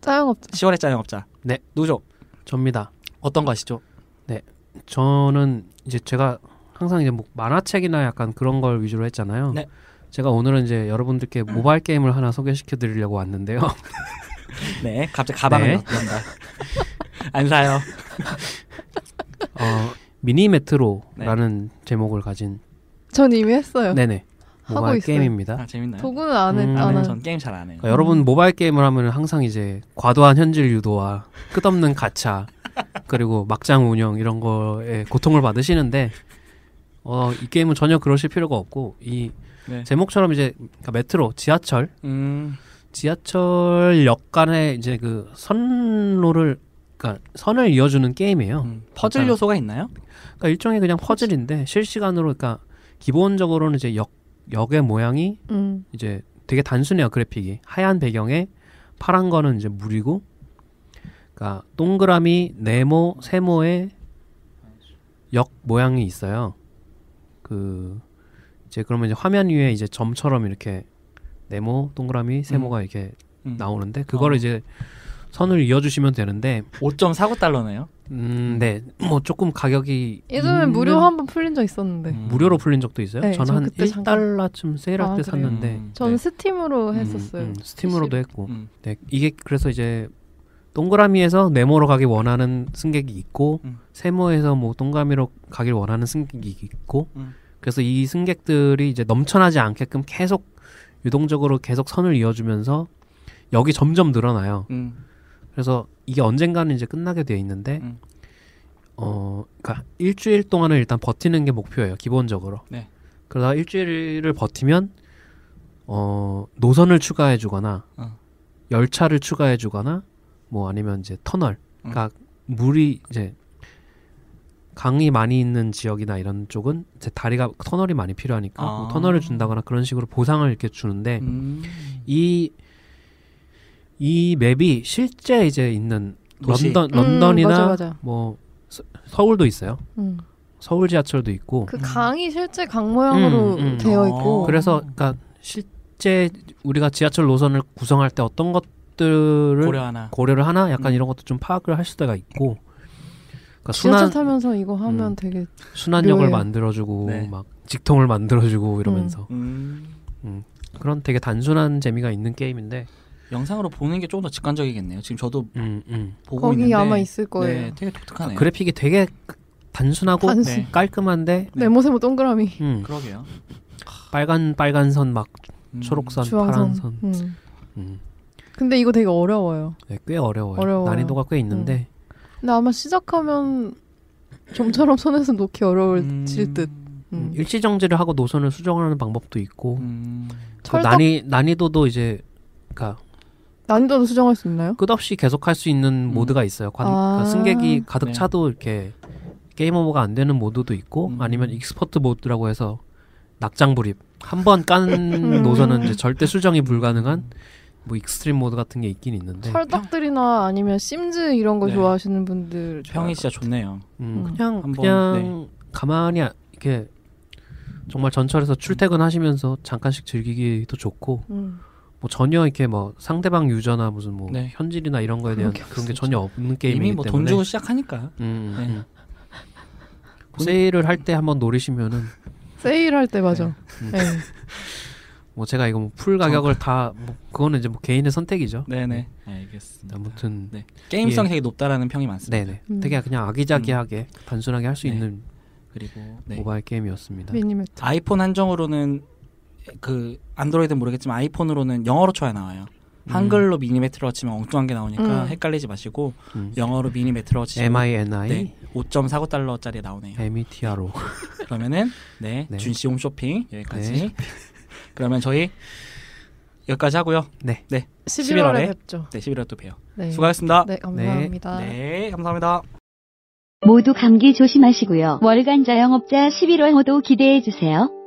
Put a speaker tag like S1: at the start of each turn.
S1: 짜영업자.
S2: 10월의 짜영업자.
S3: 네.
S2: 누구죠?
S3: 접니다. 어떤 거 아시죠? 네. 저는 이제 제가 항상 이제 뭐 만화책이나 약간 그런 걸 위주로 했잖아요.
S2: 네.
S3: 제가 오늘은 이제 여러분들께 모바일 게임을 하나 소개시켜 드리려고 왔는데요.
S1: 어.
S2: 네. 갑자기 가방을
S3: 네.
S2: 넣는다. 안 사요.
S3: 어, 미니 메트로라는 제목을 가진
S1: 전 이미 했어요.
S3: 네네
S1: 네. 하고
S3: 모바일
S1: 있어요. 네.
S3: 게임입니다.
S2: 아, 재밌나요?
S1: 도구는 안 했,
S3: 음,
S1: 안
S2: 네,
S1: 한.
S2: 전 게임 잘 안 해요.
S3: 그러니까 여러분
S1: 음.
S3: 모바일 게임을 하면 항상 이제 과도한 현질 유도와 끝없는 가차 그리고 막장 운영 이런 거에 고통을 받으시는데 어, 이 게임은 전혀 그러실 필요가 없고 이
S2: 네.
S3: 제목처럼 이제 그러니까 메트로 지하철
S2: 음.
S3: 지하철역 간의 이제 그 선로를 그러니까 선을 이어주는 게임이에요.
S2: 음. 퍼즐
S3: 맞아요.
S2: 요소가 있나요?
S3: 그러니까 일종의 그냥 퍼즐인데 실시간으로 그러니까 기본적으로는 이제 역 역의 모양이
S1: 음.
S3: 이제 되게 단순해요 그래픽이 하얀 배경에 파란 거는 이제 물이고 그러니까 동그라미 네모 세모의 역 모양이 있어요 그 이제 그러면 이제 화면 위에 이제 점처럼 이렇게 네모 동그라미 세모가 이렇게
S2: 음.
S3: 나오는데 그거를
S2: 어.
S3: 이제 선을 이어주시면 되는데
S2: 5.49달러네요.
S3: 음네뭐 조금 가격이
S1: 예전에
S3: 있는-
S1: 무료 한 번 풀린 적 있었는데.
S3: 무료로 풀린 적도 있어요?
S1: 네,
S3: 저는
S1: 저
S3: 한
S1: 그때 잠깐-
S3: 1달러쯤 세일할
S1: 아,
S3: 때
S2: 음,
S1: 그래요?
S3: 샀는데
S1: 전 스팀으로
S3: 음,
S1: 했었어요.
S3: 음, 스팀으로도 했고
S2: 네. 음.
S3: 네, 이게 그래서 이제 동그라미에서 네모로 가길 원하는 승객이 있고
S2: 음.
S3: 세모에서 뭐 동그라미로 가길 원하는 승객이 있고
S2: 음.
S3: 그래서 이 승객들이 이제 넘쳐나지 않게끔 계속 유동적으로 계속 선을 이어주면서 역이 점점 늘어나요.
S2: 음.
S3: 그래서 이게 언젠가는 이제 끝나게 돼 있는데
S2: 음.
S3: 어 그러니까 일주일 동안은 일단 버티는 게 목표예요 기본적으로
S2: 네.
S3: 그러다가 일주일을 버티면 어 노선을 추가해 주거나
S2: 어.
S3: 열차를 추가해 주거나 뭐 아니면 이제 터널
S2: 음.
S3: 그러니까 물이 이제 강이 많이 있는 지역이나 이런 쪽은 이제 다리가 터널이 많이 필요하니까
S2: 아.
S3: 뭐 터널을 준다거나 그런 식으로 보상을 이렇게 주는데
S2: 음.
S3: 이, 이 맵이 실제 이제 있는
S2: 도시.
S3: 런던,
S1: 음,
S3: 런던이나
S1: 맞아, 맞아.
S3: 뭐 서, 서울도 있어요.
S1: 음.
S3: 서울 지하철도 있고.
S1: 그
S2: 음.
S1: 강이 실제 강 모양으로
S3: 어, 음, 음.
S1: 되어
S2: 어.
S1: 있고.
S3: 그, 래서 그러니까 실제 우리가 지하철 노선을 구성할 때 어떤 것들을
S2: 고려하나.
S3: 고려를 하나 약간
S2: 음.
S3: 이런 것도 좀 파악을 할 수가 있고. 그러니까
S1: 지하철
S3: 순환
S1: 타면서 이거 하면
S3: 음.
S1: 되게
S3: 순환역을
S1: 묘해요.
S3: 만들어주고
S2: 네.
S3: 막 직통을 만들어주고 이러면서
S2: 음.
S3: 그런 되게 단순한 재미가 있는 게임인데.
S2: 영상으로 보는 게 조금 더 직관적이겠네요. 지금 저도
S3: 음, 음.
S2: 보고
S1: 거기
S2: 있는데
S1: 아마 있을 거예요.
S2: 네, 되게 독특하네요.
S3: 아, 그래픽이 되게 단순하고
S1: 단순.
S2: 네.
S3: 깔끔한데.
S2: 네.
S1: 네모세모 동그라미.
S3: 음.
S2: 그러게요.
S3: 빨간 빨간 선 막
S2: 음.
S3: 초록선
S1: 주황선.
S3: 파란 선
S1: 음.
S3: 음.
S1: 근데 이거 되게 어려워요.
S3: 네, 꽤 어려워요.
S1: 어려워요.
S3: 난이도가 꽤 있는데
S1: 근데 아마 시작하면 좀처럼 손에서 놓기 어려워질 듯.
S3: 음,
S1: 음.
S3: 일시정지를 하고 노선을 수정하는 방법도 있고
S2: 음.
S3: 그
S1: 철덕
S3: 난이 난이도도 이제 그러니까
S1: 난이도도 수정할 수 있나요?
S3: 끝없이 계속할 수 있는
S2: 음.
S3: 모드가 있어요. 관-
S1: 아.
S3: 그러니까 승객이 가득
S2: 네.
S3: 차도 이렇게 게임 오버가 안 되는 모드도 있고
S2: 음.
S3: 아니면 익스퍼트 모드라고 해서 낙장불입 한 번
S1: 음.
S3: 깐 노선은 이제 절대 수정이 불가능한 뭐 익스트림 모드 같은 게 있긴 있는데
S1: 철덕들이나 아니면 심즈 이런 거
S2: 네.
S1: 좋아하시는 분들
S2: 평이 진짜 좋네요.
S3: 음,
S1: 음.
S3: 그냥
S2: 한번, 네.
S3: 그냥 가만히 아- 이렇게 정말 전철에서 출퇴근하시면서 잠깐씩 즐기기도 좋고
S1: 음.
S3: 뭐 전혀 이렇게 뭐 상대방 유저나 무슨 뭐
S2: 네.
S3: 현질이나 이런 거에 대한
S1: 그런 게
S3: 그런 게 전혀 없는 게임이기
S2: 이미 뭐
S3: 때문에
S2: 돈 주고 시작하니까.
S3: 음,
S2: 네.
S3: 음. 뭐 세일을 할 때 한번 노리시면은
S1: 세일할 때 맞아.
S3: 음.
S1: 네.
S3: 뭐 제가 이거 뭐 풀 가격을 다 뭐 그거는 이제 뭐 개인의 선택이죠.
S2: 네네. 알겠습니다.
S3: 아무튼
S2: 네. 게임성이
S3: 예.
S2: 되게 높다라는 평이 많습니다.
S3: 네네
S1: 음.
S3: 되게 그냥 아기자기하게 단순하게 할 수
S2: 네.
S3: 있는
S2: 그리고 네.
S3: 모바일 게임이었습니다.
S1: 미니맵.
S2: 아이폰 한정으로는 그 안드로이드는 모르겠지만 아이폰으로는 영어로 쳐야 나와요. 한글로 미니메트로 치면 엉뚱한 게 나오니까
S1: 음.
S2: 헷갈리지 마시고
S3: 음.
S2: 영어로 미니메트로 치면
S3: M I N I
S2: 네. 5.49달러짜리 나오네요.
S3: M E T R O
S2: 그러면은 네,
S3: 네.
S2: 준씨 홈쇼핑 여기까지.
S3: 네.
S2: 그러면 저희 여기까지 하고요. 11월
S1: 11월에
S2: 에?
S1: 뵙죠.
S2: 네, 11월 또 봬요.
S1: 네.
S2: 수고하셨습니다.
S1: 네, 감사합니다.
S2: 네, 감사합니다.
S4: 모두 감기 조심하시고요. 월간 자영업자 11월 호도 기대해 주세요.